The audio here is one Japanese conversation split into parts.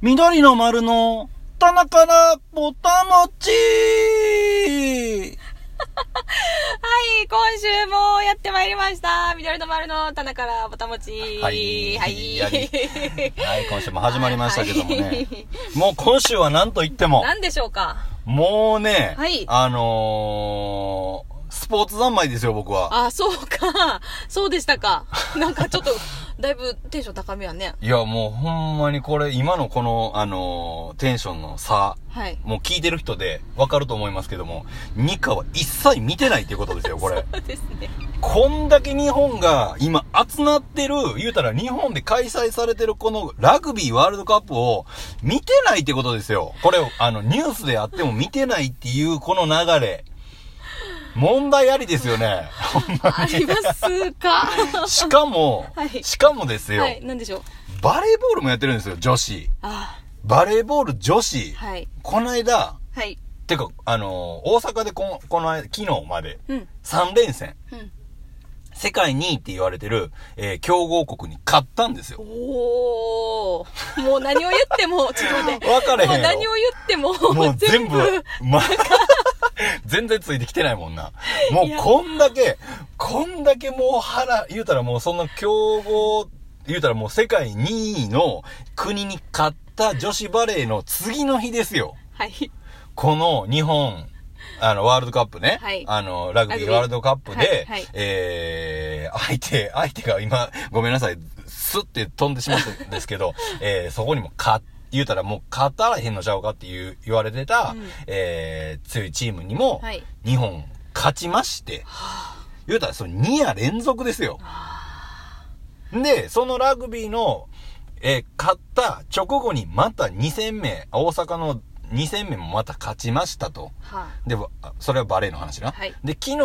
緑の丸の棚からぼたもちはい、今週もやってまいりました。緑の丸の棚からぼたもち。はいはい。やりはい、今週も始まりましたけどもはねい。もう今週は何と言っても、何でしょうかもうね、はいあのー、スポーツ三昧ですよ、僕は。あ、そうか。そうでしたか。なんかちょっと、だいぶテンション高めやね。いや、もうほんまにこれ、今のこの、あのー、テンションの差、はい。もう聞いてる人でわかると思いますけども、ニカは一切見てないっていうことですよ、これ。そうですね。こんだけ日本が今集まってる、言うたら日本で開催されてるこのラグビーワールドカップを見てないってことですよ。これ、あの、ニュースであっても見てないっていうこの流れ。問題ありですよね。 ありますかしかも、はいしかもですよ、はい、何でしょう。バレーボールもやってるんですよ、女子。あ、バレーボール女子。はい。こないだ、はい。てか、あの大阪でこ、この間、昨日まで、うん。 3連戦。うん。世界2位って言われてる、えー強豪国に勝ったんですよ。おー。もう何を言っても、ちょっと待って。分かれへんもよう何を言っても、もう全部、ま、 全然ついてきてないもんな。もうこんだけ、こんだけもう腹、言うたらもうそんな強豪、言うたらもう世界2位の国に勝った女子バレーの次の日ですよ。はい。この日本、あの、ワールドカップね。はいあの、ラグビラグービーワールドカップで、はいはいえー、相手、相手が今、ごめんなさい、スッて飛んでしまったんですけ ど、えー、そこにも勝っ言うたらもう勝たらへんのちゃうかっていう言われてた、うんえー、強いチームにも、はい日本勝ちまして、言うたらその2夜連続ですよ。で、そのラグビーの、えー勝った直後にまた2戦目、大阪の2戦目もまた勝ちましたと。はで、わそれはバレーの話な。はいで、昨日、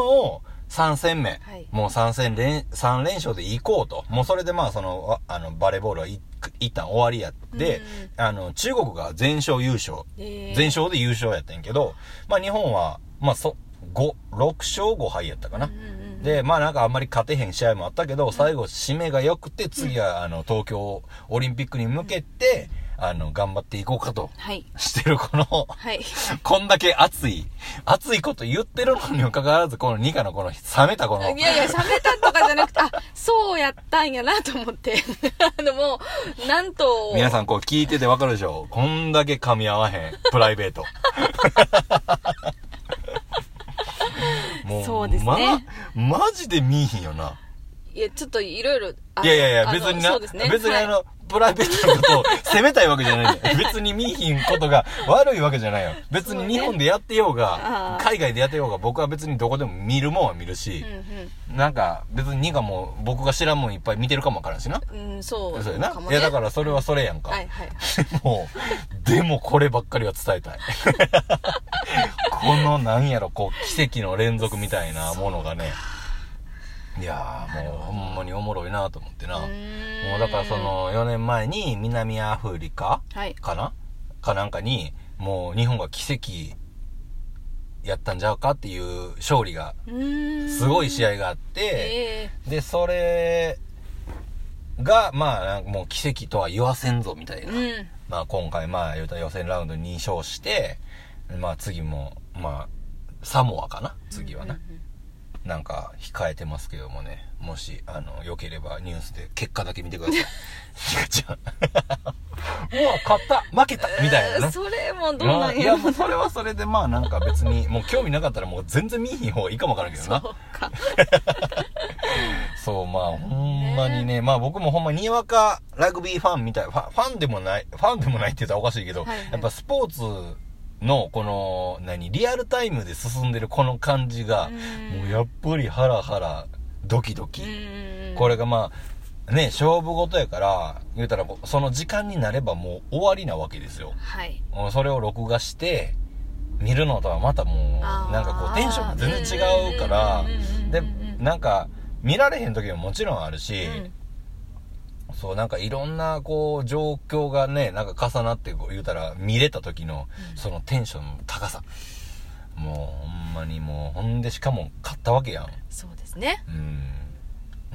3戦目、はいもう3戦連、三連勝で行こうと。もうそれでまあ、その、わあの、バレーボールはい一旦終わりやって、あの、中国が全勝優勝。えー全勝で優勝やったんやけど、まあ日本は、まあそ、5、6勝5敗やったかな。うんうんうんで、まあなんかあんまり勝てへん試合もあったけど、最後締めが良くて、次はあの東京オリンピックに向けて、あの、頑張っていこうかとはい。してるこの、はい。こんだけ熱い、熱いこと言ってるのにもかかわらず、このニカのこの冷めたこの、いやいや、冷めたとかじゃなくて、あ、そうやったんやなと思って。 あの、もう、なんと。皆さんこう聞いててわかるでしょこんだけ噛み合わへん、プライベー ト。もそうですねま、マジで見いひんよな。いや、ちょっといろいろ。あいやいやいや、あの別にな、そうですね。別にあの、はいプライベートのことを責めたいわけじゃないんだよ。別に見いひんことが悪いわけじゃないよ。別に日本でやってようがあ、ー海外でやってようが、僕は別にどこでも見るもんは見るしう、んなんか別にニカも僕が知らんもんいっぱい見てるかもわからんしな。うん。うん、そう。そうやなか。もいねやだからそれはそれやんか。はいはい。でも、でもこればっかりは伝え たい。このなんやろ、こう、奇跡の連続みたいなものがね。いやーもうほんまにおもろいなと思ってな。もうーんうだからそ、の4年前に南アフリカはい。かなかなんかに、もう日本が奇跡やったんじゃうかっていう勝利が、うーん。すごい試合。合があって、えで、それが、まあ、なんかもう奇跡とは言わせんぞみたいえな。うん。まあ今回まあ言うたら予選ラウンド2勝して、まあ次も、まあ、サモアかな次はな。うんうんなんか控えてますけどもね。もし、あの、良ければニュースで結果だけ見てください。 ニカちゃん。 うわ、勝った負けたみたいなうん。ね。それもどうまなあいんやや、ろもうそれはそれで、まあなんか別に、もう興味なかったらもう全然見えひん方がいいかもわからんけどそな。うか。そう、まあ、ほんまにね、まあ僕もほんまにわかラグビーファンみたい、ファファンでもない、ファンでもないって言ったらおかしいけど、はいはいやっぱスポーツの、この、何、リアルタイムで進んでるこの感じが、うんもうやっぱりハラハラ、ドキドキ。うんこれがまあ、ね、勝負事やから、言うたらこう、その時間になればもう終わりなわけですよ。はい。もうそれを録画して、見るのとはまたもう、あーなんかこう、テンションが全然違うからうんうんうんうんうん、で、なんか、見られへん時ももちろんあるし、うんそう、なんかいろんな、こう、状況がね、なんか重なって、こう、言うたら、見れた時の、そのテンションの高さ。もう、ほんまにもう、ほんで、しかも、買ったわけやん。そうですね。うん。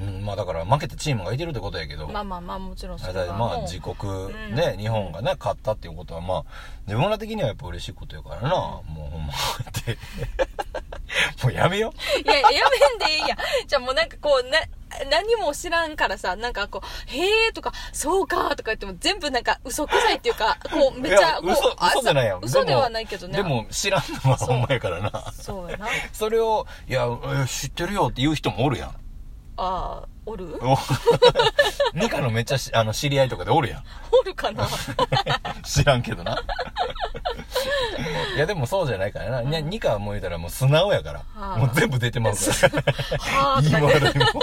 うん、まあだから負けたチームがいてるってことやけど、まあまあまあもちろんそあれれだよはまあも自う国うんね、日本がね勝ったっていうことはまあ自分ら的にはやっぱ嬉しいことやからな、もうほんまって もうやめよいややめんでいいや じゃあもうなんかこうな何も知らんからさなんかこう「へえ」とか「そうか」とか言っても全部なんか嘘くさいっていうかこうめっ ちいゃやこう嘘あ嘘じゃないよ嘘ででもはないけどねでも知らんのはそうほんまやからなそう やなそれを「いやえ知ってるよ」って言う人もおるやんあーおるお ニカのめっちゃしあの知り合いとかでおるやんおるかな知らんけどないやでもそうじゃないからな、にニカはもう言うたらもう素直やから、はあもう全部出てますからはあとか言いね悪いも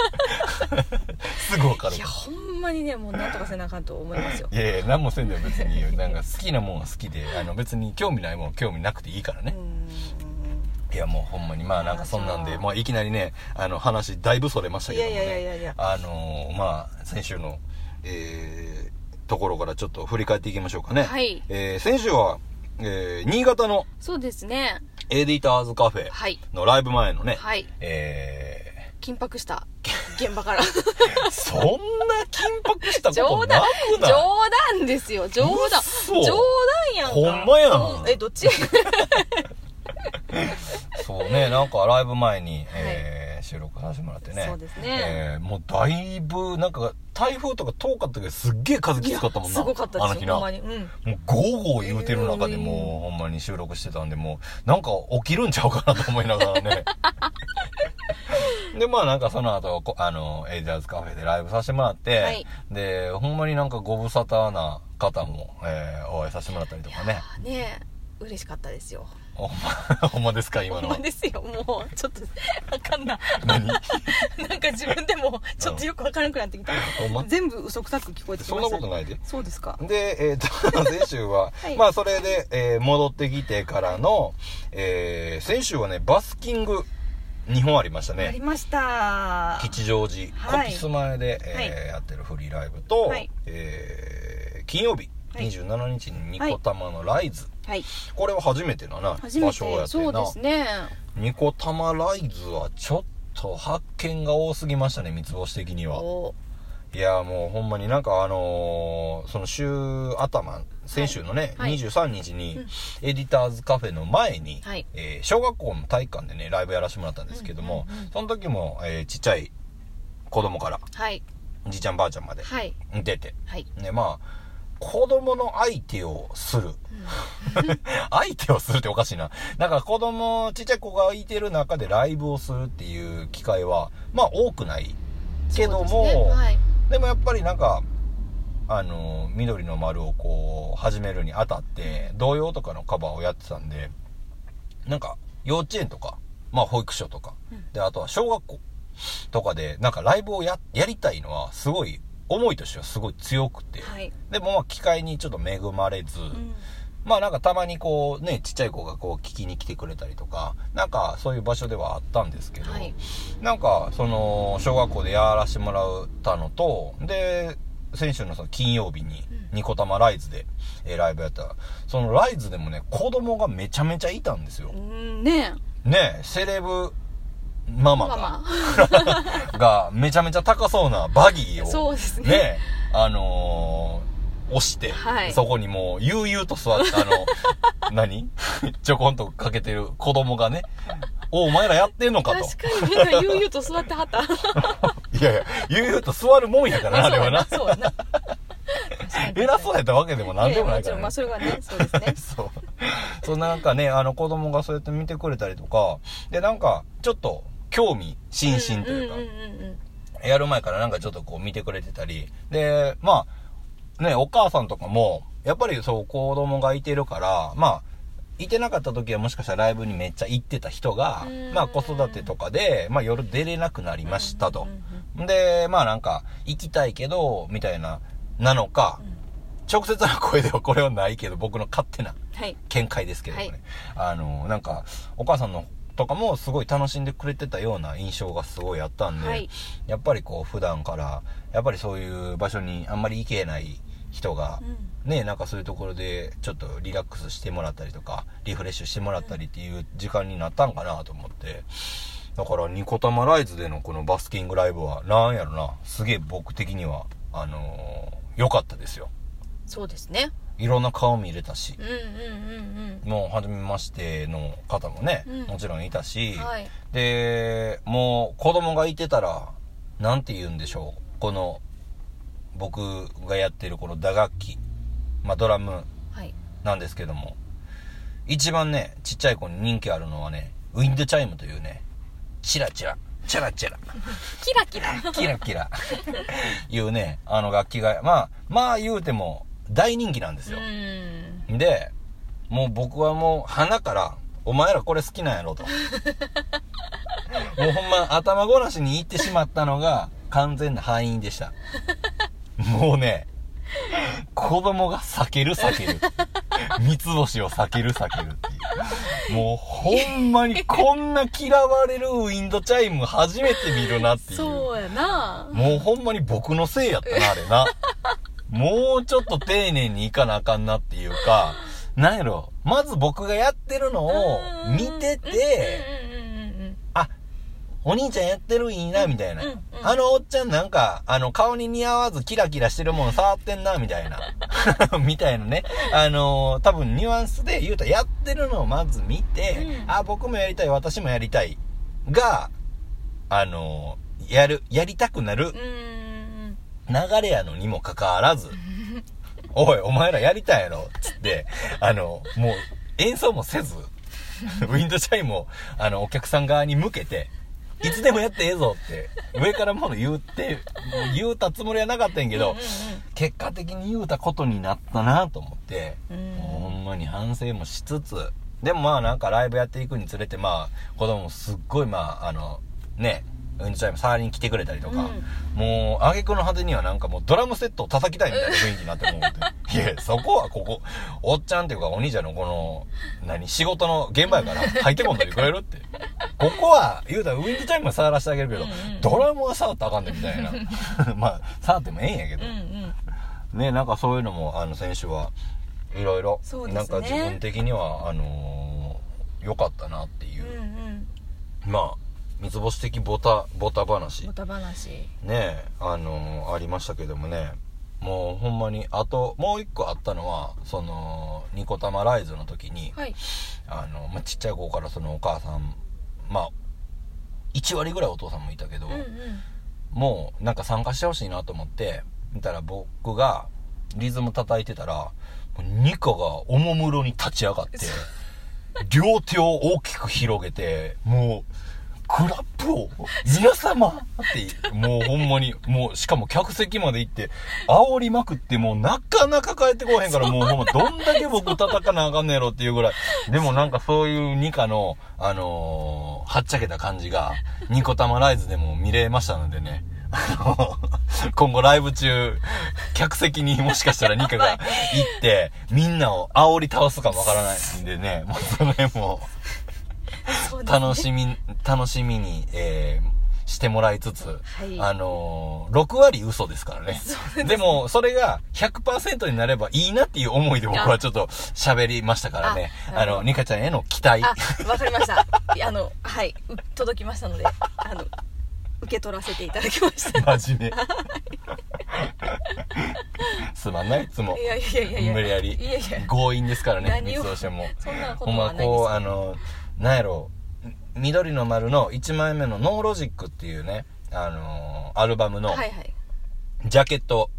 すぐわかるいやほんまにねもうなんとかせなあかんと思います よいやいや何もせんでも別になんか好きなもんは好きであの別に興味ないもんは興味なくていいからうーね、んいやもうほんまにまあなんかそんなんでまあいきなりねあの話だいぶそれましたけどもねいやいやいやいやあのーまあ先週のえーところからちょっと振り返っていきましょうかねはいえー先週は、えー新潟のそうですねエディターズカフェはいのライブ前のね、はいえー緊迫した現場からそんな緊迫したこと冗な談くない冗談ですよ冗談嘘冗談やんかほんまやんうんえどっちそう ね、なんかライブ前に、えー収録させてもらってね。そうですねえーもうだいぶ、なんか台風とか遠かったけど、すっげえ風きつかったもんな。 すごかったあのです日よな。ほんもまうにうんゴーゴー言うてる中でもう、ほんまに収録してたんで、もう、なんか起きるんちゃうかなと思いながら ね。で、まあなんかその後、こあの、エイジャーズカフェでライブさせてもらって、はいで、ほんまになんかご無沙汰な方も、えーお会いさせてもらったりとかね。ねえ嬉しかったですよほんま、 ほんまですか、今ほんのはま。ですよもうちょっとあかんな何なんか自分でもちょっとよくわからなくなってきたほんま全部嘘くさく聞こえてきそんましなたことないで。そうですかで、えっ、と、 先週は、はいまあ、それで、えー戻ってきてからの、えー、先週はね、バスキング、2本ありましたあね。りました吉祥寺、はいコピス前で、えーはいやってるフリーライブと、はいえー金曜日、はい27日にニコ玉のライズ、はいこれは初めてのな、初め場て所をやってそうるでな。すねニコ玉ライズはちょっと発見が多すぎましたね、三つ星的には。おいやもうほんまになんかあのーその週頭先週のね、はいはい23日にうんエディターズカフェの前に、はいえー小学校の体育館でねライブやらせてもらったんですけども、うんうんうんその時も、えーちっちゃい子供からはいじいちゃんばあちゃんまではい出て、はいねまあ子供の相手をする 相手をするっておかしいなだから子供ちっちゃい子がいてる中でライブをするっていう機会はまあ多くないけども、そうですねはいでもやっぱりなんか、あの、緑の丸をこう、始めるにあたって、童謡とかのカバーをやってたんで、なんか、幼稚園とか、まあ保育所とかうん、で、あとは小学校とかで、なんかライブをや、やりたいのは、すごい、思いとしてはすごい強くて、はいでもまあ機会にちょっと恵まれず、うんまあなんかたまにこうね、ちっちゃい子がこう聞きに来てくれたりとか、なんかそういう場所ではあったんですけど、はいなんかその小学校でやらしてもらったのと、で、先週のその金曜日にうんニコタマライズで、えーライブやったら、そのライズでもね、子供がめちゃめちゃいたんですよう。んねえね、セレブマママがマがめちゃめちゃ高そうなバギーを、そうですねねあのー、押して、はいそこにもう悠々と座って、あの、何 ちょこんとかけてる子供がね、お、お前らやってんのかと。確かにみんな悠々と座っては ったいやいや、悠々と座るもんやからな、あれはな。そうやなそうやな 偉そうやったわけでもなんでもないから、ややもちろんねまあそれがねそうですねそう。そうなんかね、あの子供がそうやって見てくれたりとか、で、なんか、ちょっと、興味津々というか、んんんうんやる前からなんかちょっとこう見てくれてたり、で、まあ、ね、お母さんとかも、やっぱりそう子供がいてるから、まあ、いてなかった時はもしかしたらライブにめっちゃ行ってた人がう、んまあ子育てとかで、まあ夜出れなくなりましたうとんう。んで、まあなんか、行きたいけど、みたいな、なのか、うん直接の声ではこれはないけど、僕の勝手なはい見解ですけどもね。あの、なんか、お母さんのとかもすごい楽しんでくれてたような印象がすごいあったんで、はいやっぱりこう普段から、やっぱりそういう場所にあんまり行けない人が、ね、なんかそういうところでちょっとリラックスしてもらったりとかリフレッシュしてもらったりっていう時間になったんかなと思ってだから、ニコタマライズでのこのバスキングライブは、なんやろな、すげえ僕的には、あのー良かったですよ。そうですねいろんな顔見れたしう、んうんもう、初めましての方もね、うんもちろんいたし、うんうんはいで、もう、子供がいてたら、なんて言うんでしょう。この、僕がやってるこの打楽器、まあ、ドラムはいなんですけども、一番ね、ちっちゃい子に人気あるのはね、ウィンドチャイムというね、チラチラ、チャラチャラ。キラキ ラキラキラいうねあの楽器がまあまあ言うても大人気なんですよう、んでもう僕はもう鼻から「お前らこれ好きなんやろ」ともうほんま頭ごなしに言ってしまったのが完全な敗因でしたもうね子供が避ける避ける三つ星を避ける避けるっていうもうほんまにこんな嫌われるウィンドチャイム初めて見るなっていうそうやなもうほんまに僕のせいやったな、あれ な。もうちょっと丁寧にいかなあかんなっていうか、なんやろ、まず僕がやってるのを見てて、うんうんうんうんあ、お兄ちゃんやってるいいな、みたいなうんうん。あのおっちゃんなんか、あの顔に似合わずキラキラしてるもの触ってんな、みた いな。みたいなね。あのー多分ニュアンスで言うと、やってるのをまず見て、うんあ、僕もやりたい、私もやりたい。が、あのーやる、やりたくなるうんうんうん流れやのにもかかわらず、 おい、お前らやりたいやろつって、あの、もう演奏もせず、 ウィンドチャイムを、あの、お客さん側に向けて、いつでもやってええぞって、上からもの言うって、言うたつもりはなかったんやけど、結果的に言うたことになったなと思って、うんうんほんまに反省もしつつ、でもまあなんかライブやっていくにつれて、まあ子供もすっごいまああの、ね、うんちゃいも触りに来てくれたりとか、もう、挙句の果てにはなんかもうドラムセットを叩きたいみたいな雰囲気になってもう て。いや、そこはここ、おっちゃんっていうかお兄ちゃんのこの、何、仕事の現場やから入ってこんといてくれる って。ここは、言うたらウィンドチャイムは触らせてあげるけど、うんうんドラムは触ったらあかんでみたいな。 まあ、触ってもええんやけど。うんうんうんねなんかそういうのもあの選手はいろいろそうですねなんか自分的にはあのー良かったなっていうう、んうんまあ三つ星的ボタボタ話また話ねあのーありましたけどもねもうほんまにあともう一個あったのはそのニコタマライズの時に、はいあのまあ、ちっちゃい子からそのお母さんまあ1割ぐらいお父さんもいたけど、うんうんもうなんか参加してほしいなと思って見たら僕がリズム叩いてたらもうニコがおもむろに立ち上がってそ両手を大きく広げてもうクラップを皆様ってもうほんまにもうしかも客席まで行って煽りまくってもうなかなか帰ってこへんからもうほんまどんだけ僕叩かなあかんねやろっていうぐらいでもなんかそういうニカのあのーはっちゃけた感じがニコタマライズでも見れましたのでねあの今後ライブ中客席にもしかしたらニカが行ってみんなを煽り倒すかもわからないんでねもうその辺も。そうですね楽しみ、楽しみに、えーしてもらいつつ、いあのー6割嘘ですからね。でも、それが100%になればいいなっていう思いで僕はちょっと喋りましたからね。ああの、ニカちゃんへの期待。あ、わかりました。あの、はい、う届きましたので、あの、受け取らせていただきま した。 真面目。すまんない、いつもい。やいやいやいや。無理やりいやいや。強引ですからね、何三をつ星も。そんなこほとんまはないこう、であの、なんやろ、緑の丸の1枚目のノーロジックっていうね、あのーアルバムのす。はいはい。ジャケット、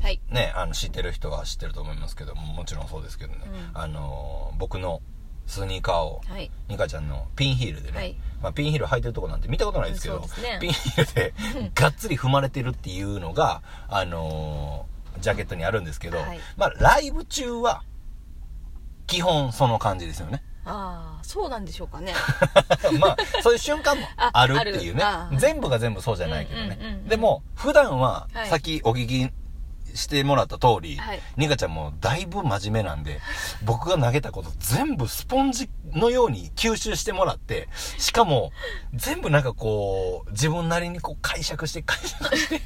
はい。ね、あの、知ってる人は知ってると思いますけども、もちろんそうですけどね、うあのー僕のスニーカーを、はい。ニカちゃんのピンヒールでね、はいまあ、ピンヒール履いてるとこなんて見たことないですけど、うんそうですねピンヒール でがっつり踏まれてるっていうのが、あのージャケットにあるんですけど、はいまあ、ライブ中は、基本その感じですよね。ああ、そうなんでしょうかね。 まあ、そういう瞬間もああるっていうねあるあ。全部が全部そうじゃないけどねうんうんうんう。んでも、普段はは、いさっきお聞きしてもらった通りはい、ニカちゃんもだいぶ真面目なんで、僕が投げたこと全部スポンジのように吸収してもらって、しかも、全部なんかこう、自分なりにこう解釈して解釈 して、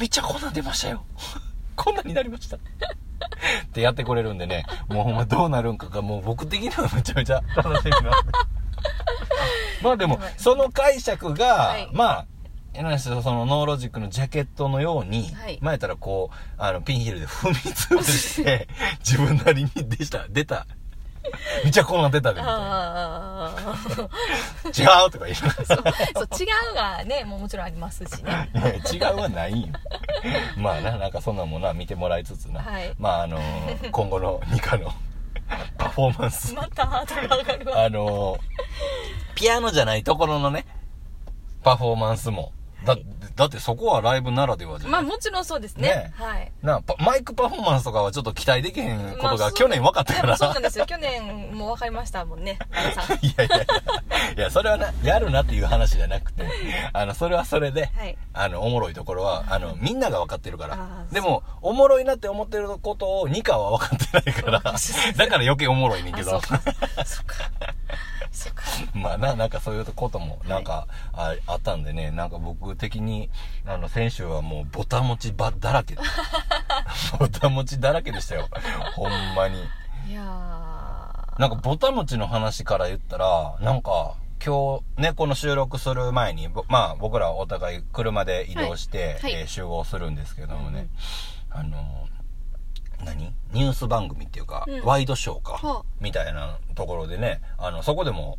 めっちゃこんなん出ましたよ。こんなんになりました。ってやってくれるんでね、 もうほんまどうなるんかが、もう僕的にはめちゃめちゃ楽しみな。まあでもはい、その解釈が、はいまあ、柳瀬そのノーロジックのジャケットのように、はい前やったらこう、あの、ピンヒールで踏み潰して、 自分なりに出した、出た。めっちゃこうなってたで、みたああいな違うとか言いながらそうそう違うがねもうもちろんありますしねいや 違うはないんよまあななんかそんなものは見てもらいつつな、はいまああのー今後のニカ のパフォーマンスまたハードル上がるわあのーピアノじゃないところのねパフォーマンスもだだってそこはライブならではじゃまなあい、もちろんそうですねねはいなパマイクパフォーマンスとかはちょっと期待できへんことまあがそう去年分かったでかもら、そうなんですよ去年も分かりましたもん ねあのさんいやいやいやいやそれはなやるなっていう話じゃなくてあのそれはそれで、はいあのおもろいところはあのみんなが分かってるかあらーでもおもろいなって思ってることをニカは分かってないからだから余計おもろいねんけあそどうかそうかそうか まあななんかそういうこともなんか、ああったんでねなんか僕的にあの選手はもうボタン持ちばだ らけボタン持ちだらけでしたよほんまに。いやーなんかボタン持ちの話から言ったら、なんか今日ね、この収録する前に、ぼまあ僕らお互い車で移動して、はいはいえー集合するんですけどもね、あのー、何ニュース番組っていうか、うんワイドショーはあか、みたいなところでね、あの、そこでも、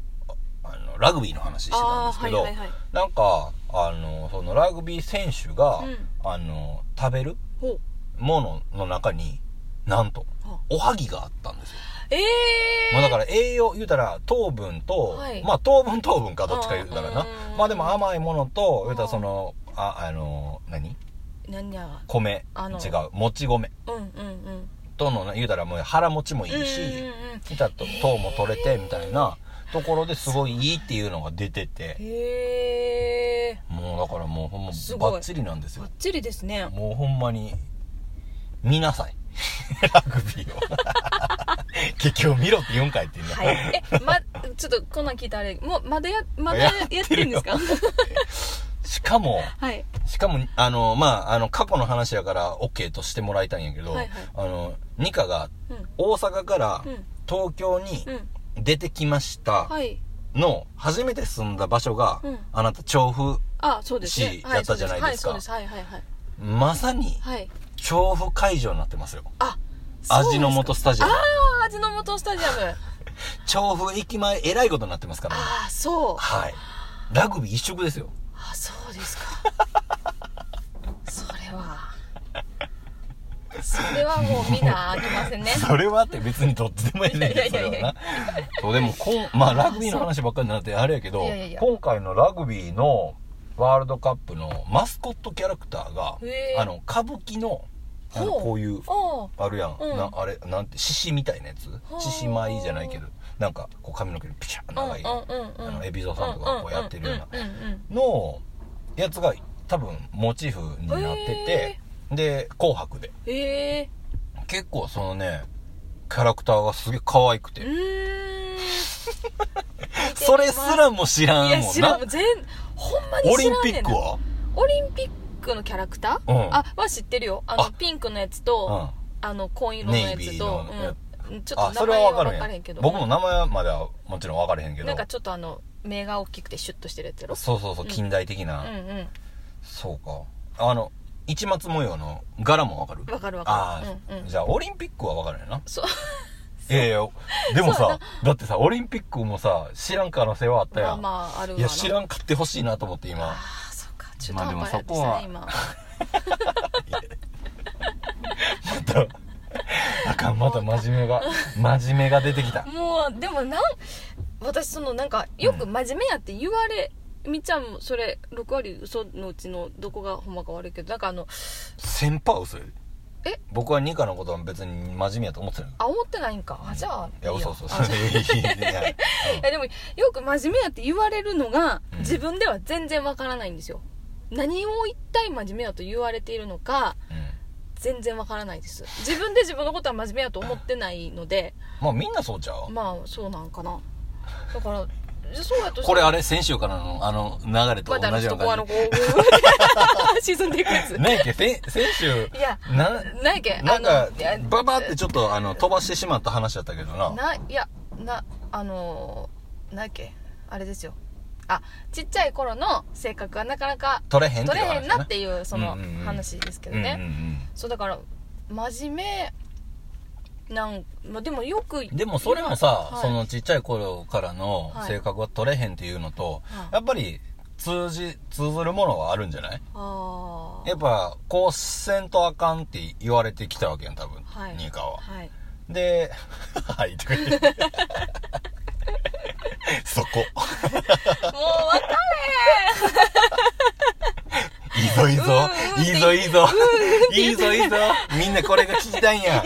あの、ラグビーの話してたんあですーはけいどはい、はいなんか、あの、そのラグビー選手が、うあの、食べるほうものの中に、なんとはあ、おはぎがあったんですよ。えまあだから栄養言うたら糖分と、はいまあ糖分糖分かどっちか言うたらなうんまあでも甘いものと言うたらうんそのああの何ー何や米あの違うもち米うんうんうんとの言うたらもう腹持ちもいいしうんうんうん言うたらと糖も取れてみたいなところですごいいいっていうのが出ててへえもうだからもうほんますごいバッチリなんですばよっちりですねもうほんまに見なさい ラグビーを 結局見ろって言うんかいっていうね、はいえまちょっとこんなん聞いたらあれもうまだやまだやややっっててるるよんですかしかもはいしかも、あの、まあ、あの、過去の話やから、OK としてもらいたいんやけど、はいはいあの、ニカが、うん大阪からうん東京にうん出てきましたはいの、初めて住んだ場所が、うんあなた、調布、あそうですねしはいやったじゃないですかそうですはいそうですはいはいまさに、はいはい調布会場になってますよ。あそうです味の素スタジアあム。あ味の素スタジアム調布駅前、えらいことになってますからね。ああそうはい。ラグビー一色ですよ。あそうですか それはそれはもう見なあきま せんねそれはって別にどっちでもいいねんけど、いそやいれやいやはいなや。そう、でもこん、まあ、ラグビーの話ばっかりになってあれやけどいやいやい、や今回のラグビーのワールドカップのマスコットキャラクターがへ、ーあの、歌舞伎の、あのほうこういう、おうあるやん。うんなあれ、なんて、獅子みたいなやつほう獅子舞じゃないけど、なんか、こう髪の毛にピシャー長い、うんうんうんうんあの、海老蔵さんとかこうやってるような、んんんうんの、やつが多分モチーフになってて、で、紅白で。ええ結構そのね、キャラクターがすげえ可愛くてう、ーん それすらも知らいんやもん知らなんも。う全ほんまにオ知リンらんピねッんクなはオリンピックのキャラクター、うんあは知ってるよあのあピンクのやつと、あの紺色のやネイビつーのと、うん、ちょっとそ名れ前は分は分かかるんれへんけやど僕も名前まではもちろん分かれへんけなどんかちょっとあの目が大きくてシュッとしてるやつやろそうそうそううん近代的うな、んうんそうかあの市松模様の柄も分かるわかるわかあるあ、うんうんじゃあオリンピックは分かるんやなそう いやいやでもそうさやだってさオリンピックもさ知らん可能性はあったまやあん、まああるわないや知らんかってほしいなと思って今ああそうか中途まあで半も端やってそこたはね今またあかんまた真面目が真面目が出てきたもうでもなん私そのなんかよく真面目やって言われ、みっちゃんもそれ6割嘘のうちのどこがほんまか悪いけどなんかあの先輩嘘やでえ僕はニカのことは別に真面目やと思ってないあ思ってないんかあじゃあいや、嘘よ嘘あ嘘。じゃあいやいやいやいやでもよく真面目やって言われるのが、うん自分では全然わからないんですよ何を一体真面目やと言われているのかうんうん全然わからないです自分で自分のことは真面目やと思ってないのでまあみんなそうちゃうまあそうなんかなだからそうやとしたらこれあれ先週からのあの流れとま同あ、だからじちょよっとうこうあなの感こう 沈んでいくやつじ。ねえけ、先先週、いやな、なんやっけなんかあのいや、ババってちょっとあの飛ばしてしまった話だったけどな。ないやなあのーなんやっけあれですよあ、ちっちゃい頃の性格がなかなか取れへんって取いうれ話へやんなっていう、そのうんうんうん話ですけうんうどんね。そう、だから、真面目、なん、まあ、でもよく、うんでもそれもさ、はいそのちっちゃい頃からの性格は取れへんっていうのと、はいやっぱり通じ、通ずるものはあるんじゃないあーやっぱ、こうせんとあかんって言われてきたわけやん、多分。はいニーカは。 はい。で、はい、とか言 って。そこ、もう分かいいぞいいぞうー、うーいいぞいいぞ、いいぞいいぞ、みんなこれが聞きたいんや。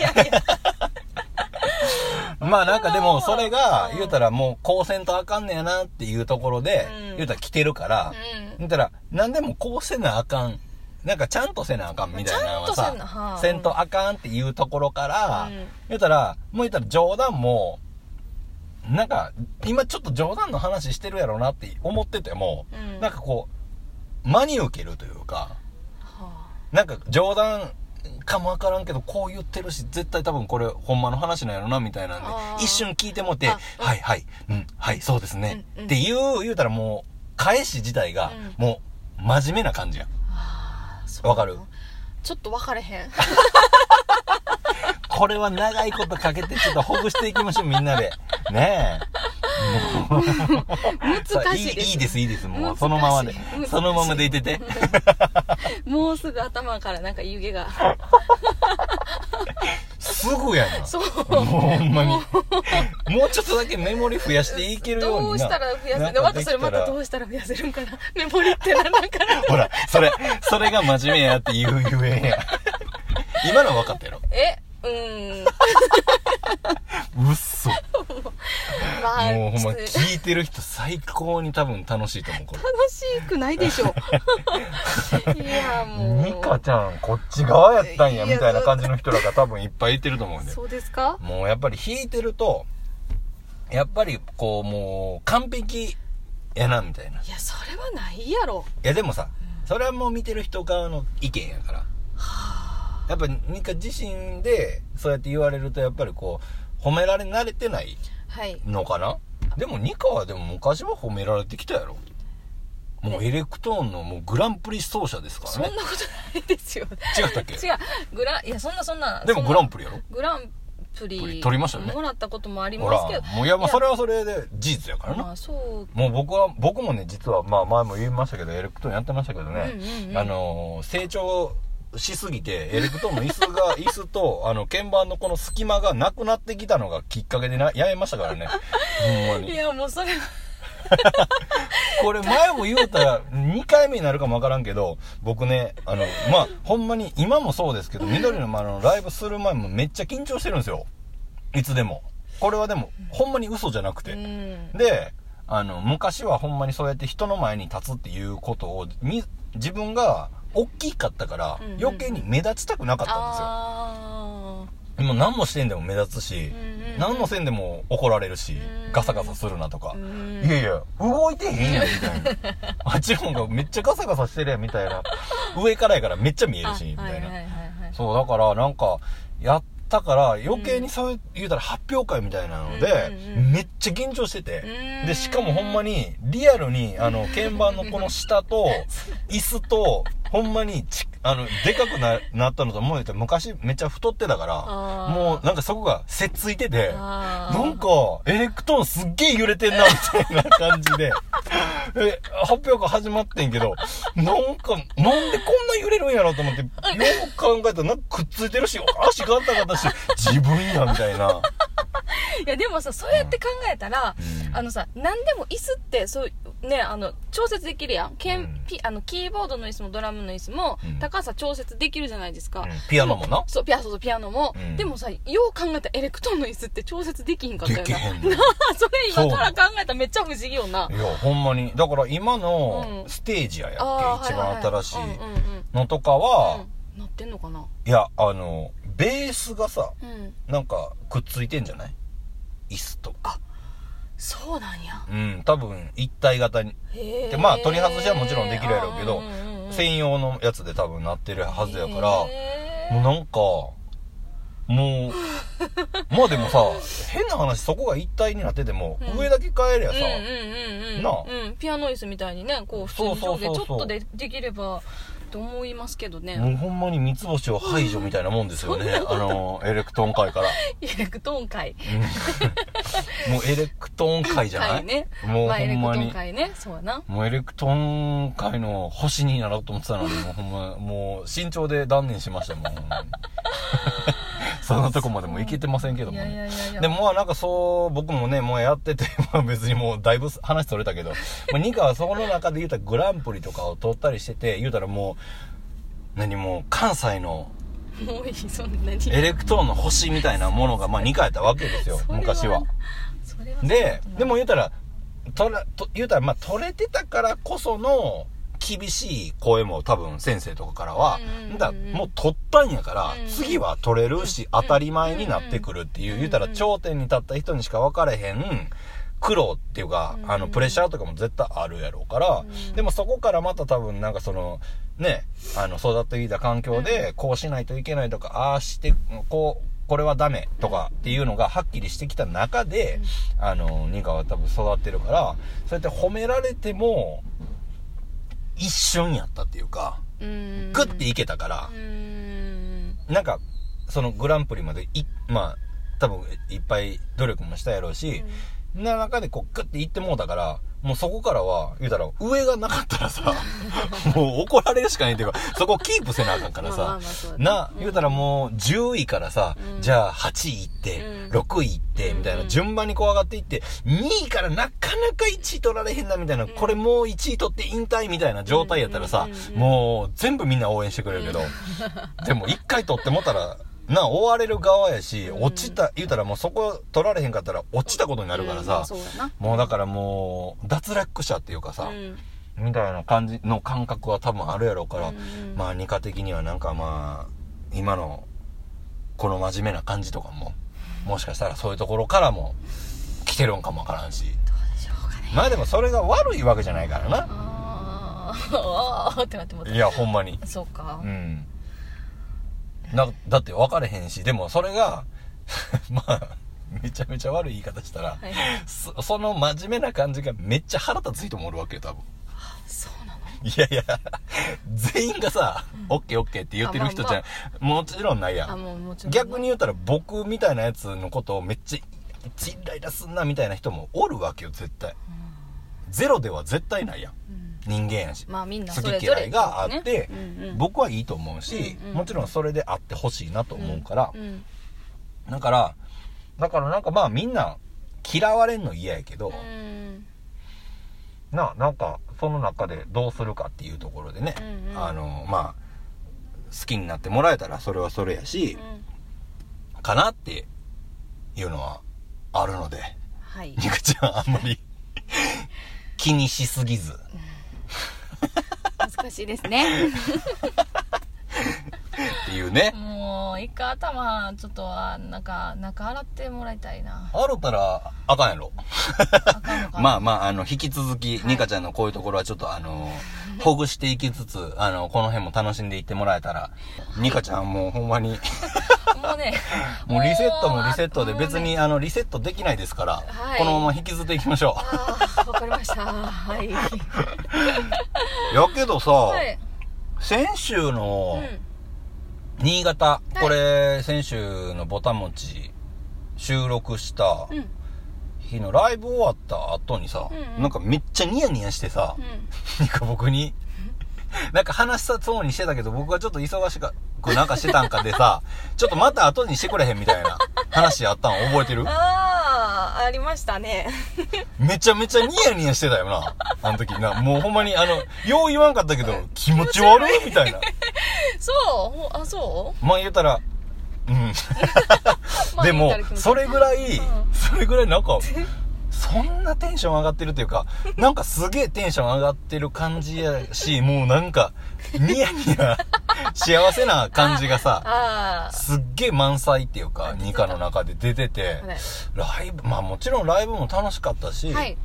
まあなんかでもそれがうん言うたらもうこうせんとあかんねやなっていうところでうん言うたら来てるからうん言うたら何でもこうせなあかんなんかちゃんとせなあかんみたいなのはちゃんとせさなはいせんとあかんっていうところからうん言うたらもう言うたら冗談もなんか今ちょっと冗談の話してるやろなって思っててもうんなんかこう真に受けるというかはなんか冗談かもわからんけど、こう言ってるし、絶対多分これ、ほんまの話なんやろな、みたいなんであ、ー一瞬聞いてもって、あうんはいはい、うん、はい、そうですね。うんうんっていう、言うたらもう、返し自体が、うんもう、真面目な感じやん。ああそうわかるちょっと分かれへん これは長いことかけて、ちょっとほぐしていきましょう、みんな で。ねえ。もうさあ難しいですいいです、いいです、もう。難しいそのままで難し。いそのままでいてて。もうすぐ頭からなんか湯気が すぐやな。そうもうほんまに。もうちょっとだけメモリ増やしていけるようにな。どうしたら増やせなんるかまでたきそれまたらどうしたら増やせるんかな メモリってななんかなほら、それ、それが真面目やって言うゆえんや。今のは分かったやろ。えうんうっそ。もまあうほんま、ちょっと聞いてる人最高に多分楽しいと思う、これ。楽しくないでしょ いやもうミカちゃん、こっち側やったんや、みたいな感じの人らが多分いっぱいいてると思うんで。そうですかもうやっぱり弾いてると、やっぱりこう、もう、完璧やな、みたいな。いいやそれはないやろや、でもさ、それはもう見てる人側の意見やから。やっぱ、ミカ自身で、そうやって言われると、やっぱりこう、褒められ慣れてないはいのかなでもニカはでも昔は褒められてきたやろもうエレクトーンのもうグランプリ奏者ですかそんらなねことないですよ違ったっけ違うグラいやそんなそんなでもグランププリやろグランププリリ取りましたよねもらったこともありほますけらどもういやまあいやそれはそれで事実やからまなあそうもう僕は僕もね実はまあ前も言いましたけどエレクトーンやってましたけどね、うんうんうんあのー成長しすぎてエレクトーンの椅子 が椅子とあの鍵盤のこの隙間がなくなってきたのがきっかけでなやめました からねほんまいにやもうそれはこれ前も言うたら2回目になるかもわからんけど、僕ね、あの、まあ、ほんまに今もそうですけど、緑の丸のライブする前もめっちゃ緊張してるんですよ。いつでも。これはでも、ほんまに嘘じゃなくうて。んで、あの、昔はほんまにそうやって人の前に立つっていうことを、み自分が大きかったからうんう、ん余計に目立ちたくなかったんですよ。あもう何もしてんでも目立つしうんう、ん何のせんでも怒られるしう、んガサガサするなとかーう。んいやいや、動いてへんやん、みたいな。 あっちの方がめっちゃガサガサしてるやん、みたいな。上からやからめっちゃ見えるあし、みたいはな。いはいはいはいそう、だからなんか、やったから、余計にそういう、言うたら発表会みたいなのでうんうんう、んめっちゃ緊張しててう。んで、しかもほんまに、リアルに、あの、鍵盤のこの下 と、椅子と、ほんまにち、あの、でかくななったのと思うと、昔めっちゃ太ってたから、あーもうなんかそこがせっついてて、あーなんか、エレクトーンすっげえ揺れてんな、みたいな感じ で。え、発表会始まってんけど、なんか、なんでこんな揺れるんやろうと思って、よく考えたら、なんかくっついてるし、足ガタガタして、自分や、みたいな。いやでもさそうやって考えたら、うんあのさ何でも椅子ってそうねあの調節できるやんけん、うんピあのキーボードの椅子もドラムの椅子も、うん高さ調節できるじゃないですか、うんピアノもな。そうピアそうそうピアノも、うんでもさよう考えたらエレクトーンの椅子って調節できひんかったよでなきへん なねあそれ今から考えたらめっちゃ不思議よないや、ほんまに。だから今のうんステージややっけ、あー一番新しいはいはいはいうんうんうんのとかは、うんなってんのかないや、あの、ベースがさ、うんなんか、くっついてんじゃない椅子と。そうなんやうん、多分、一体型に。へでえまあ取り外しはもちろんできるやろうけど専用用の やつで多分なってるはずやから、もうなんか、もう、まあでもさ、変な話、そこが一体になってても、うん上だけ変えりゃうんさ、うんうんうんなあうん、ピアノ椅子みたいにねこう普通に上下そうちそょうそうそうっとでできればと思いますけどね、 もうほんまに三つ星を排除みたいなもんですよね。あの、エレクトーン界 から。エレクトーン界うんもうエレクトーン界じゃない、界ねもうまあほエレんクトまーンに。界ねそうやなもうエレクトーン界の星になろうと思ってたのに、もうほんま、もう慎重で断念しましたもん。そんなとこまでもいけてませんけどいもやいね。やいやいやでもまあなんかそう、僕もね、もうやって て、まあ別にもうだいぶ話それたけど、まあニカはそこの中で言うたらグランプリとかを取ったりしてて、言うたらもう、何もう関西のもういいそんなにエレクトーンの星みたいなものがまあニカやったわけですよそ、れ昔は。それはでそうだ、でも言うたら、とら、と言うたら、まあ、取れてたからこその、厳しい声も多分先生とかからはうんうんうんう、んだからもう取ったんやからうんうん、次は取れるし、当たり前になってくるっていうう、ん言うたら頂点に立った人にしか分かれへん、苦労っていうかう、んあの、プレッシャーとかも絶対あるやろうからう、んでもそこからまた多分なんかその、ね、あの、育ってきた環境で、こうしないといけないとか、ああして、こう、これはダメとかっていうのがはっきりしてきた中で、あの、ニカは多分育ってるから、そうやって褒められても、一瞬やったっていうか、うーんグッていけたからう、ーんなんか、そのグランプリまでい、まあ、多分いっぱい努力もしたやろうし、な中でこうグッていってもうだから、もうそこからは、言うたら、上がなかったらさ、 もう怒られるしかないっていうか、そこをキープせなあかんからまあまさあまあそう、だねな、うん言うたらもう10位からさ、うんじゃあ8位行って、うん6位行って、みたいな、うん順番にこう上がっていって、2位からなかなか1位取られへんな、みたいな、これもう1位取って引退みたいな状態やったらさうんうんうん、うんもう全部みんな応援してくれるけど、 でも1回取ってもたら、な、追われる側やし、うん落ちた、言うたらもうそこ取られへんかったら落ちたことになるからさ、うんそうやなもうだからもう、脱落者っていうかさ、うんみたいな感じの感覚は多分あるやろうから、うんまあ、二課的にはなんかまあ、今の、この真面目な感じとかも、もしかしたらそういうところからも、来てるんかもわからんし。どうでしょうかねまあでもそれが悪いわけじゃないからな。あーあーってなってもうたいや、ほんまに。そうかうん。な、だって分かれへんし、でもそれが、 まあ、めちゃめちゃ悪い言い方したら、はいそその真面目な感じがめっちゃ腹立つ人もおるわけよ、多分。そうなのいやいや、全員がさ、オッケーオッケーって言ってる人じゃん、もちろんないやあん。もうもちろん逆に言ったら僕みたいなやつのことをめっちゃ、ちイライラすんなみたいな人もおるわけよ、絶対。ゼロでは絶対ないやん。うん人間やし。まあみんな好それきぞ嫌れいがあってねうんうん僕はいいと思うし、うんうんもちろんそれであってほしいなと思うからう、んだから、だからなんかまあみんな嫌われんの嫌やけど、うんななんかその中でどうするかっていうところでね、うんうんあのまあ好きになってもらえたらそれはそれやしう、んかなっていうのはあるので はいニカちゃんあんまり 気にしすぎず難しいで すねっていうねもう一回頭ちょっとあなんか中洗ってもらいたいなあるたらあかんやろあかんのかなまあまああの引き続きはいニカちゃんのこういうところはちょっとあのほぐしていきつつあのこの辺も楽しんでいってもらえたらニカちゃんもうほんまにもうね もうリセットもリセットでもうね別にあのリセットできないですから、はいこのまま引きずっていきましょあーわかりましたはい、はう。 やけどさ、い先週のうん新潟、はいこれ先週のぼたもち収録したうん日のライブ終わった後にさ、うんうんなんかめっちゃニヤニヤしてさ、なんか僕に、 なんか話しそうにしてたけど僕がちょっと忙しくなんかしてたんかで さ、ちょっとまた後にしてくれへんみたいな話あったん覚えてるうん、ああありましたね めちゃめちゃニヤニヤしてたよな。あの時な。もうほんまに、あの、よう言わんかったけど、気持ち悪いみたいな。そうほあそまあ言うたら、うん。う、まあでも言うたら気持、ちそれぐらい、うんそれぐらいなん か、そんなテンション上がってるっていうか、なんかすげえテンション上がってる感じやし、もうなんか、ニヤニヤ、幸せな感じがさ、ああすっげえ満載っていうか、ニカの中で出てて、あれライブ、まあもちろんライブも楽しかったし、はい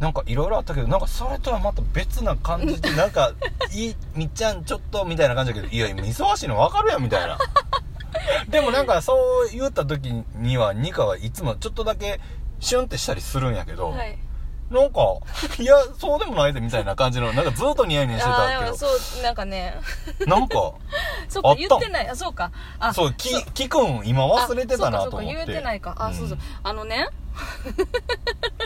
なんかいろいろあったけどなんかそれとはまた別な感じ でなんか「いいみっちゃんちょっと」みたいな感じだけど「いや今忙しいの分かるやん」みたいなでもなんかそう言った時には、ニカはいつもちょっとだけ、シュンってしたりするんやけど、はいなんか、いや、そうでもないぜみたいな感じの、なんかずっとニヤニヤしてああでたもけそうなんかね ど、なんか、そあうかった言ってないあそうかあそう、き、きくん今忘れてたなと思って。あそうかそうか言えてないかあ、そうそうあのね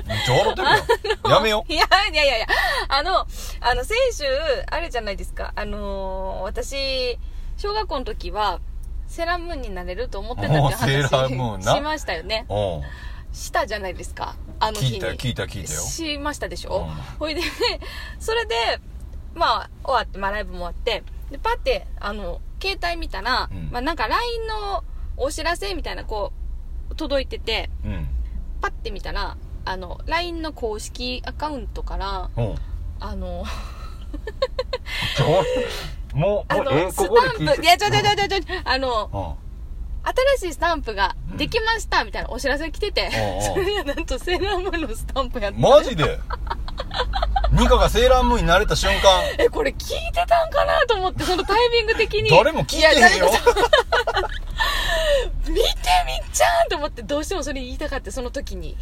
うん。めっちゃ笑 ってるよ。 やめよいやいやいやいやあのあの先週あれじゃないですかあのー私小学校の時はセーラームーンになれると思ってたっていうおーセーラームーンな話しましたよねう。うん。したじゃないですかあの聞日いにたよ、聞いたよ、聞いたよ。しましたでしうんょ、ほいで それでまあ終わって、まあ、ライブも終わってでパッてあの携帯見たら、うんまあ、なんか LINE のお知らせみたいなこう届いててうん。パッて見たらあの LINE の公式アカウントからうん。あのちょ もう、あもうの、えースここでタンプ聞いて。いやちょちょちょちょちょあのうん。うん新しいスタンプができましたみたいなお知らせ来てて、うんそれがなんとセーラームーンのスタンプやったマジでニカがセーラームーンになれた瞬間、えこれ聞いてたんかなと思ってそのタイミング的に誰も聞いてやへん誰よも。見てみっちゃんと思ってどうしてもそれ言いたかってその 時に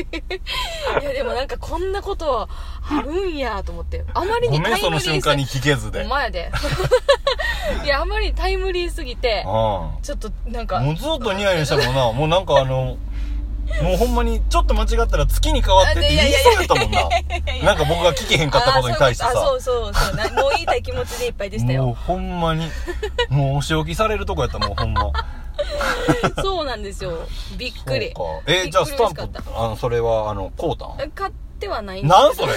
いやでもなんかこんなことあるんやと思ってあまりごにめタん、イそのムリーすぎ瞬間に聞けずで。うおん。前やで いやあまりにタイムリーすぎてもちょっとなんかうずっとニヤニヤしたもんな。もうなんかあの、もうほんまに、ちょっと間違ったら月に変わってって言いそうやったもんな。なんか僕が聞けへんかったことに対してあそさ。うそうそうな もう言いたい気持ちでいっぱいでしたもうよほんまに、もうお仕置きされるとこやったもうほんま。そうなんですよびっくりそうか。えーじゃあびっスくタりしンかったプ、あの、それは、あの、こうたん買ってはないんですなん それ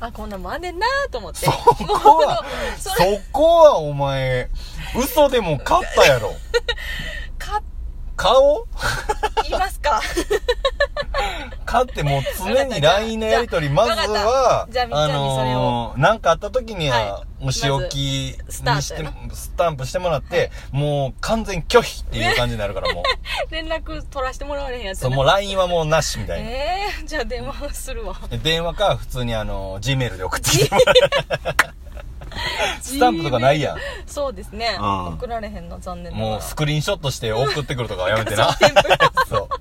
あこんなんもあんねんなと思ってそこ は、そこはお前、嘘でも勝ったやろ。買顔いますか 勝ってもう常に LINE のやりとり、まずはわかった、じゃあみっちゃんあにそれのー、なんかあった時にはは、お仕置きにずスしタてート、スタンプしてもらって、もう完全拒否っていう感じになる から、もう。連絡取らせてもらわれへんやつそう、もう LINE はもうなしみたいな。えー、じゃあ電話するわ電話か、普通にあの、Gmail で送ってきて もらう。スタンプとかないやん。そうですね、うん送られへんの残念ながらもうスクリーンショットして送ってくるとかはやめて な。全部そう。そうか。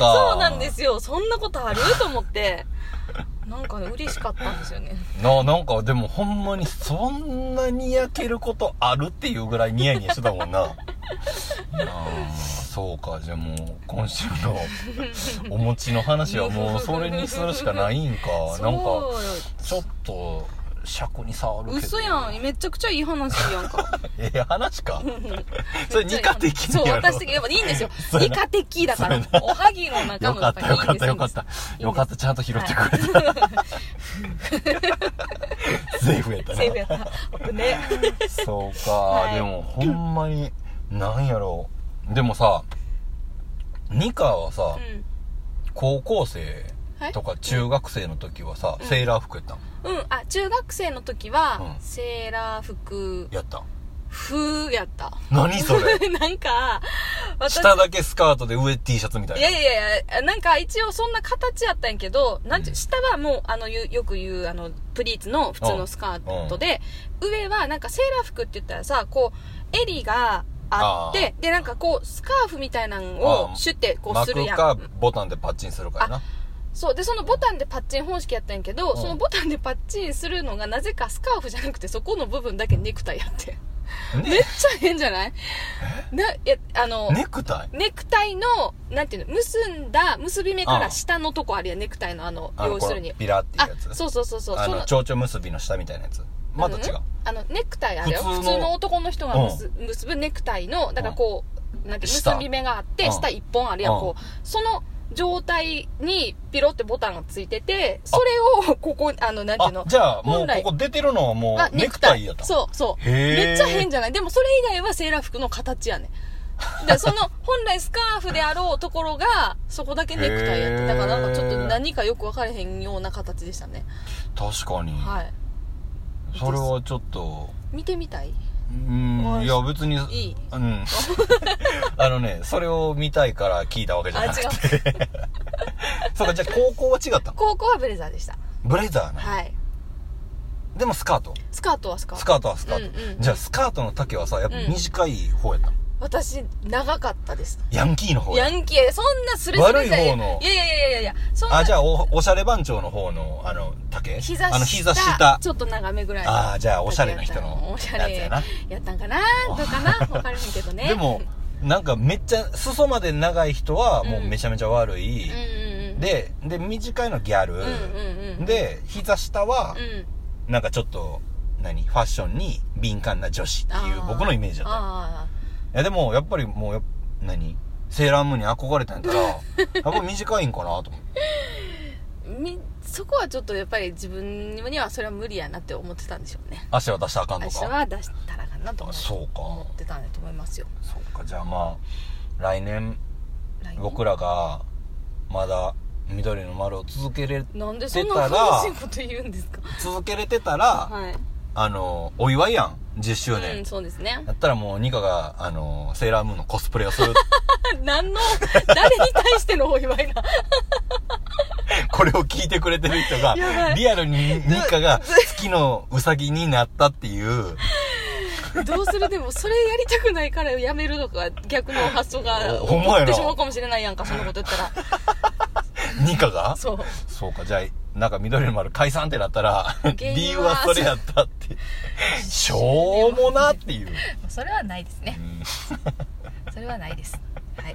そうなんですよそんなことあると思ってなんかね嬉しかったんですよねな、なんかでもほんまにそんなにやけることあるっていうぐらいニヤニヤしてたもんな。 あーそうか、じゃあもう今週のお餅の話はもうそれにするしかないんか。なんか、そうよちょっと尺に触るけど。嘘やんめちゃくちゃいい話やんかええ話か。 それ二課的にやそろう私的やっぱいいんですよ そうや理な科的だからそうやおはぎの中よかのやっっぱたりいよいかんっですたよかった。よかった、ちゃんと拾って くれた。セーフやったなセー。フ やった僕ねそうか、はいでもほんまに、なんやろう。でもさ、ニカはさ、うん高校生はいとか中学生の時はさ、セーラー服やったんうんあ中学生の時うんはセーラー服やったん風やった何それ なんか私下だけスカートで上 T シャツみたいいな。やいやいや、なんか一応そんな形やったんやけど、なんていう、下はもう、あの、ゆよく言う、あの、プリーツの普通のスカートで、上はなんかセーラー服って言ったらさ、こう、襟があって、で、なんかこう、スカーフみたいなのあをーシュってこう巻するくやかん。ボタンでパッチンするかやな。そう。で、そのボタンでパッチン方式やったんやけど、んそのボタンでパッチンするのがなぜかスカーフじゃなくて、そこの部分だけネクタイやって。めっね、ちゃ変じゃないな、いや、あの、ネクタイネクタイの、なんていうの、結んだ、結び目から下のとこあるやん、ネクタイのあの、あの、要こすのるに。ピラっていあうや、つ。そうそうそうそう。あその、蝶々結びの下みたいなやつ。また違う。んあの、ネクタイあるよ。普通の普通の男の人が結結ぶネクタイの、だからこう、なんていうの下結び目があっうて、ん下一本あるやん、うんこう。その状態にピロってボタンがついてて、それを、ここ、あの、なんていうあの、じゃあ、もう本来ここ出てるのはもあうネクタイやった。そうそうへーめっちゃ変じゃないでもそれ以外はセーラー服の形やねんでその本来スカーフであろうところがそこだけネクタイやっへてーだからなんかちょっと何かよく分かれへんような形でしたね確かに。はいそれはちょっと、見てみたいうおん、いいや別に、いいうん あのね、それを見たいから聞いたわけじゃあ違なくて。 うそうか、じゃあ高校は違ったの高校はブレザーでしたブレザーな。はいでもスカート。スカートはスカートスカートはスカート。うんうんじゃあスカートの丈はさ、やっぱ短い方やったの、私長かったですヤンキーの方ヤや。ンキーそんなスレスレじゃ悪い方のいやいやいやいやいやそんなあ、じゃあお、おしゃれ番長の方の、あの、丈膝下あの、膝下。ちょっと長めぐらいああ、じゃあ、おしゃれな人のおしゃやつやれな。やったんかなどうかなわからへんけどねでも、なんかめっちゃ、裾まで長い人は、もうめちゃめちゃ悪ういん。うんうんで、で、短いのギャル。うんうんうんで、膝下はう、んなんかちょっと、何ファッションに敏感な女子っていう僕のイメージだったよ。あいやでもやっぱりもうやっ何セーラームーンに憧れたんや ったらやっぱ短いんかなと思ってあみそこはちょっとやっぱり自分にはそれは無理やなって思ってたんでしょうね足は出したらあかんと明日かは出したらあかんなと思ってそうか思ってたんだと思いますよそうかじゃあまあ来年来年僕らがまだ緑の丸を続けれなんでそんな出たら悲しいこと言うんですか続けれてたらはいあのお祝いやん10周う年ん、そうですねやったらもうニカがあのセーラームーンのコスプレをする 何の誰に対してのお祝いな これを聞いてくれてる人がやばいリアルにニカが月のウサギになったっていうどうするでもそれやりたくないからやめるとか逆の発想がおほんまやな起ってしまうかもしれないやんかそんなこと言った ニカがら そうそうか、じゃあ、なんか緑の丸解散ってなったら、原因は理由はそれやったって。しょうもなっていう。それはないですうねんそれはないですはい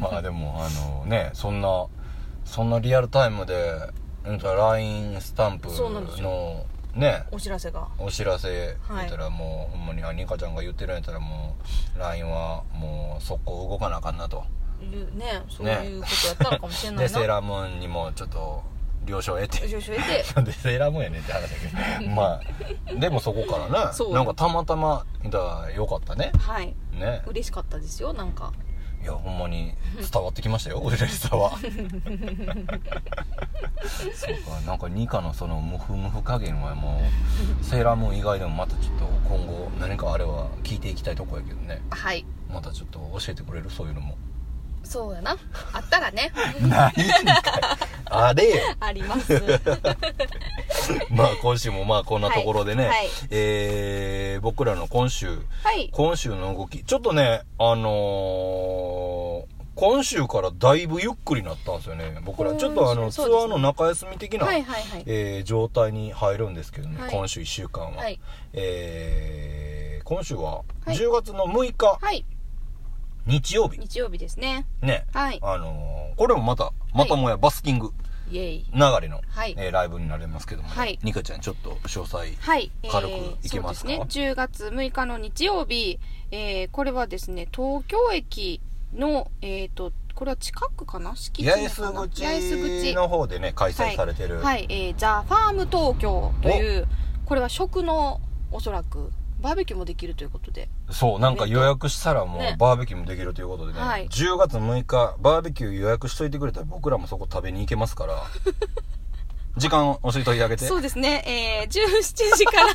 まあでも、あのね、そんな、そんなリアルタイムで、うんと LINE スタンプそうなんですの、ね、お知らせがお知らせは言いったらもう、ほんまに、あ、ニカちゃんが言ってるんやったらもう、LINE はもう速攻動かなあかんなと。いうねそういうことやったのかもしれないな で、セーラームーンにもちょっと、了承を得て。 上昇してなんでセーラームーンやねんって話だけどまあでもそこからね そうなんかたまたまだよかったねはいね嬉しかったですよなんかいやほんまに伝わってきま したよ嬉しさはそうかなんかニカのそのムフムフ加減はもうセーラームーン以外でもまたちょっと今後何かあれは聞いていきたいとこやけどねはいまたちょっと教えてくれるそういうのも そうやなあったらねないんかいあれよ あります はまあ今週もまあこんなところでね、はいはいえー、僕らの今週い今週の動き、ちょっとね、あのー今週からだいぶゆっくりなったんですよね、僕ら。今ち週ょっとあの、ツそアうですねーの中休み的な、はいはいはいえー状態に入るんですけどね、はい今週1週間は。はいえー今週は、はい10月の6日、はい日曜日、日曜日ですねね、はいあのーこれもまた、またもやバスキングイエイ流れの、はいえーライブになりますけどもね、はいニカちゃんちょっと詳細、はい、軽くいけますかえーそうですね、10月6日の日曜日、えーこれはですね、東京駅の、えっ、と、これは近くかな敷地八重内かな洲口の方でね、開催されてる、はい、えー、ザ・ファーム東京という、これは食の、おそらく、バーベキューもできるということで、そう、なんか予約したらもねうバーベキューもできるということでね、はい10月6日、バーベキュー予約しといてくれたら僕らもそこ食べに行けます から、時間教えといてあげてそ、うですね、えー、17時から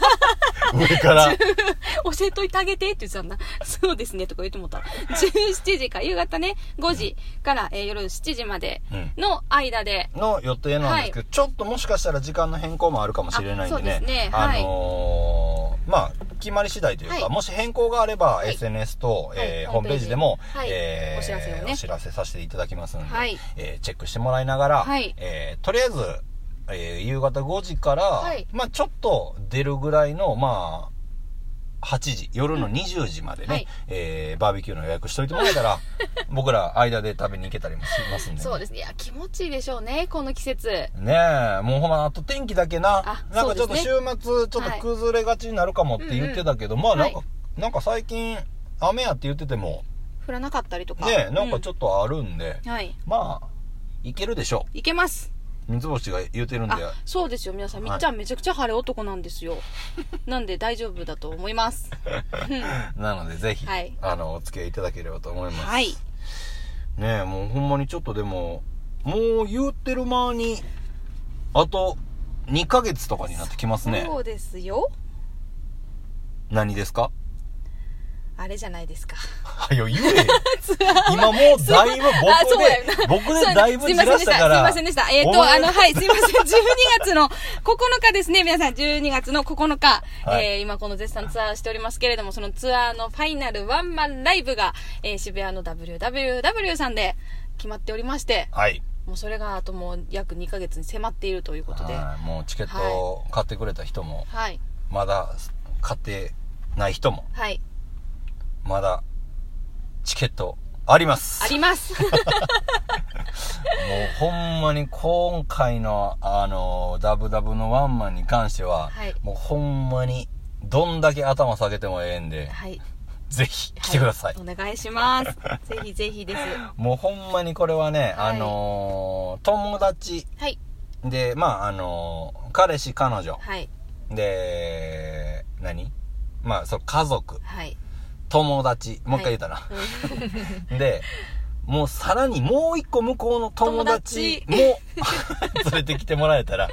上から、教えといてあげてって言ってたんだ。そうですね、とか言ってもった。17時から、夕方ね、5時から、えー夜7時までうんの間で、の予定なんですけど、ちょっともしかしたら時間の変更もあるかもしれないんでね、あそうですねあはいのーまあ、決まり次第というか、はいもし変更があれば、い SNS と、えーホホーームムペペーージジででも、はいえーお知らせをねお知らせさせていただきますので、はいえーチェックしてもらいながら、はいえーとりあえず、えー夕方5時から、はいまあ、ちょっと出るぐらいの、まあ、8時、夜の20時までね、はいえーバーベキューの予約しといてもらえた ら、僕ら間で食べに行けたりもしますんでね、そうですね。いや、気持ちいいでしょうね、この季節。ねえ、もうほんま、あと天気だけなあ。なんかちょっとそうで週す末、ちょっと崩れがちになるかもって言ってたけど、まあなんか、はなんか最近、雨やって言ってても、降らなかったりとか。ねえ、なんかちょょっとあるんで、はい。まあ、いけるでしょいけます。う。三つ星が言ってるんであ、、そうですよ、皆さん。みっちゃんめちゃくちゃ晴れ男なんですよ。なんで大丈夫だと思います。なのでぜひはい、あの、お付き合いいただければと思います。はい。ねえ、もうほんまにちょっとでも、もう言ってる間に、あと、2ヶ月とかになってきますね。そうですよ。何ですかあれじゃないですか。はよ言えよ 今もうだいぶあそうやな僕で、僕でだいぶじらしたから。そうですすいませんでした。すいませんでした。えっ、おと、あ前の、はい、すいません。12月の9日ですね。皆さん、12月の9日、はいえー今この絶賛ツアーしておりますけれども、そのツアーのファイナルワンマンライブが、えー渋谷の WWW さんで決まっておりまして、はい。もうそれがあともう約2ヶ月に迫っているということで、ははいもうチケットを買ってくれた人も、い、まだ買ってない人も、はい、まだチケットあります。あります。 もうほんまに今回のあの、ダブダブのワンマンに関しては、はいもうほんまにどんだけ頭下げてもええんで、はい。ぜひ来てください。はお願いします。 ぜひぜひです。もうほんまにこれはね、はあいのー友達はい、で、まああのー彼氏彼女はい、で、何まあそう家族、 はい。友達、もう一回言ったな。 で、もうさらにもう一個向こうの友達も連れてきても らえたら、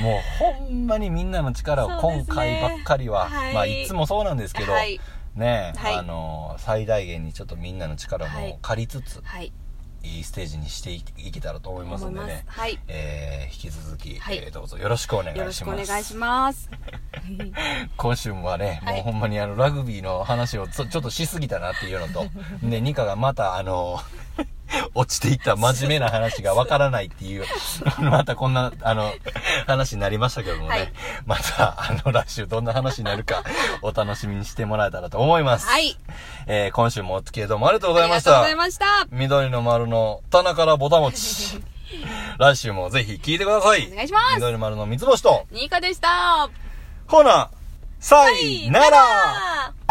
もうほんまにみんなの力をそうで今すね回ばっかりは、はいまあいつもそうなんですけど、はい、ねえ、はいあの、最大限にちょっとみんなの力はいも借りつつ、はい、い、いステージにしていいけたらと思います思いんでまねす。。はい。えー、引き続き、はいえーどうぞよろしくお願いしよまろす。しくお願いします。今週もはね、はいもうほんまにあのラグビーの話をちょちょっとしすぎたなっていうのと、ね、ニカがまたあの、 落ちていった真面目な話がわからないっていう、 またこんな、あの、話になりましたけどもね、はいまた、あの、来週どんな話になるか、お楽しみにしてもらえたらと思います。はい。えー今週もお付き合いどうもありがとうごあざいりまがしとうごたざ。いました。緑の丸の棚からぼたもち。 来週もぜひ聞いてください。お願いします緑の丸の三つ星と、ニーカでした。ほな、さいいならなら